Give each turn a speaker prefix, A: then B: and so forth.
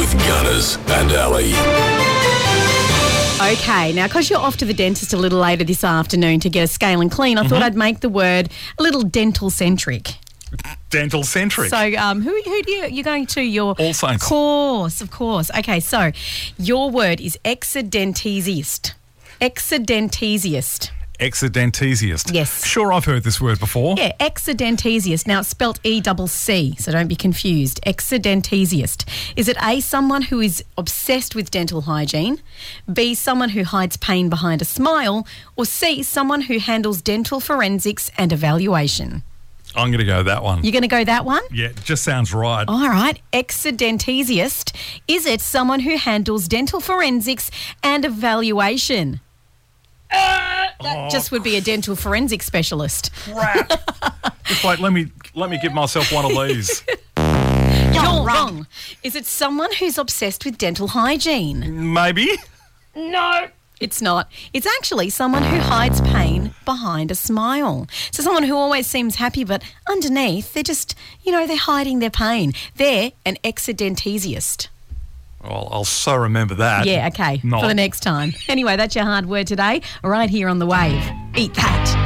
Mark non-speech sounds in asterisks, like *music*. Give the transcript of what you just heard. A: Maz and Ali.
B: Okay, now because you're off to the dentist a little later this afternoon to get a scale and clean, I thought I'd make the word a little dental centric.
C: dental centric.
B: So, um, who who do you you're going to your
C: All saints.
B: course, of course. Okay, so your word is exodentesiast. Exodentesiast.
C: Exodentesiast.
B: Yes.
C: Sure, I've heard this word before.
B: Yeah, exodentesiast. Now it's spelled E double C, so don't be confused. Exodentesiast. Is it A, someone who is obsessed with dental hygiene, B, someone who hides pain behind a smile, or C, someone who handles dental forensics and evaluation?
C: I'm going to go that one.
B: You're going to go that one?
C: yeah, it just sounds right.
B: All right, exodentesiast. Is it someone who handles dental forensics and evaluation? that just would be a dental forensic specialist.
C: Just wait, let me let me give myself one of
B: *laughs*
C: these.
B: You're wrong. Is it someone who's obsessed with dental hygiene?
C: Maybe.
B: It's not. It's actually someone who hides pain behind a smile. So someone who always seems happy, but underneath they're just, you know, they're hiding their pain. They're an exodentesiast.
C: Well, I'll so remember that.
B: Yeah, okay.
C: Not.
B: For the next time. Anyway, that's your hard word today, right here on the wave. Eat that.